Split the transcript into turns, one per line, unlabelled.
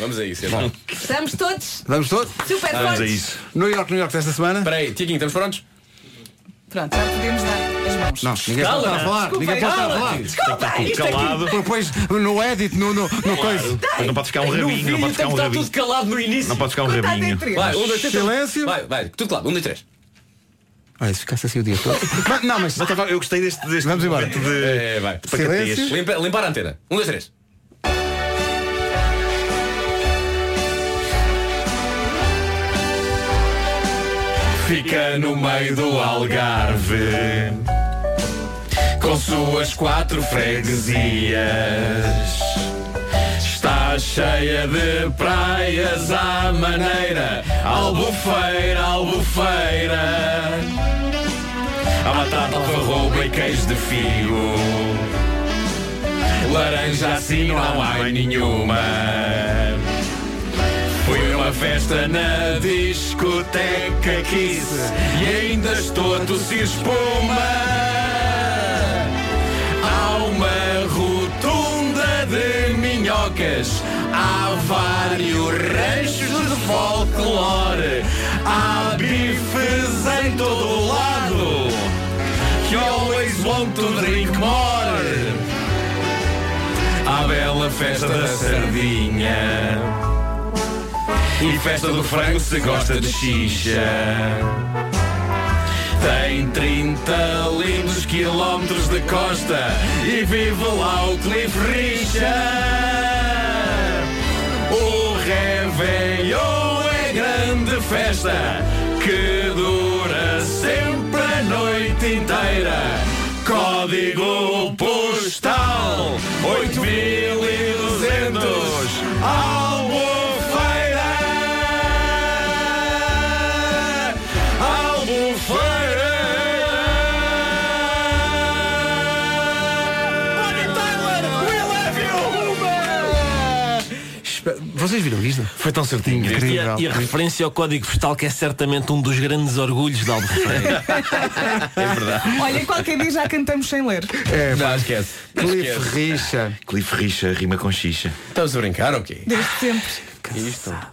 Vamos a isso então.
Estamos todos
Vamos todos?
super fortes.
Vamos a isso.
New York, New York desta semana?
Espera aí, Tiaguinho, estamos prontos?
Pronto, já podemos dar as mãos.
Não, ninguém pode estar a falar. ninguém
Então,
pode estar a falar.
Desculpa, isto aqui.
Calado.
Depois no edit, no, no, no coisa.
Mas não pode ficar um rabinho, não pode ficar um rabinho.
então calado no início.
Não pode ficar um
Está
rabinho.
dentro.
Vai, um, dois, três.
Silêncio.
Vai, vai, tudo claro. Um, dois, três.
Olha, se ficasse assim o dia todo. Mas- não, mas.
Mas tá bom, eu gostei deste, deste
Vamos embora.
momento de
É, vai.
pacatez.
Silêncio.
Limpa- limpar a antena. Um, dois, três.
Fica no meio do Algarve Com suas quatro freguesias Está cheia de praias à maneira Albufeira, albufeira A batata, alfarroba e queijo de figo Laranja assim não há mais nenhuma foi uma festa na discoteca Kiss E ainda estou a tossir espuma Há uma rotunda de minhocas Há vários ranchos de folclore Há bifes em todo lado You always want to drink more Há bela festa da sardinha e festa do frango se gosta de xixa Tem 30 lindos quilómetros de costa E vive lá o Cliff Richard O Réveillon é grande festa Que dura sempre a noite inteira Código postal 8200 Albufeira Albufeira Bonnie Tyler, we love you
Vocês viram isto? Foi tão certinho.
E
Incrível.
a, e a referência ao código postal que é certamente um dos grandes orgulhos da Albufeira.
Olha, qualquer dia já cantamos sem ler.
É,
Não, esquece.
Cliff
Esquece.
Richa.
Cliff Richa rima com xixa
Estamos a brincar ou quê?
Desde sempre.
Isto.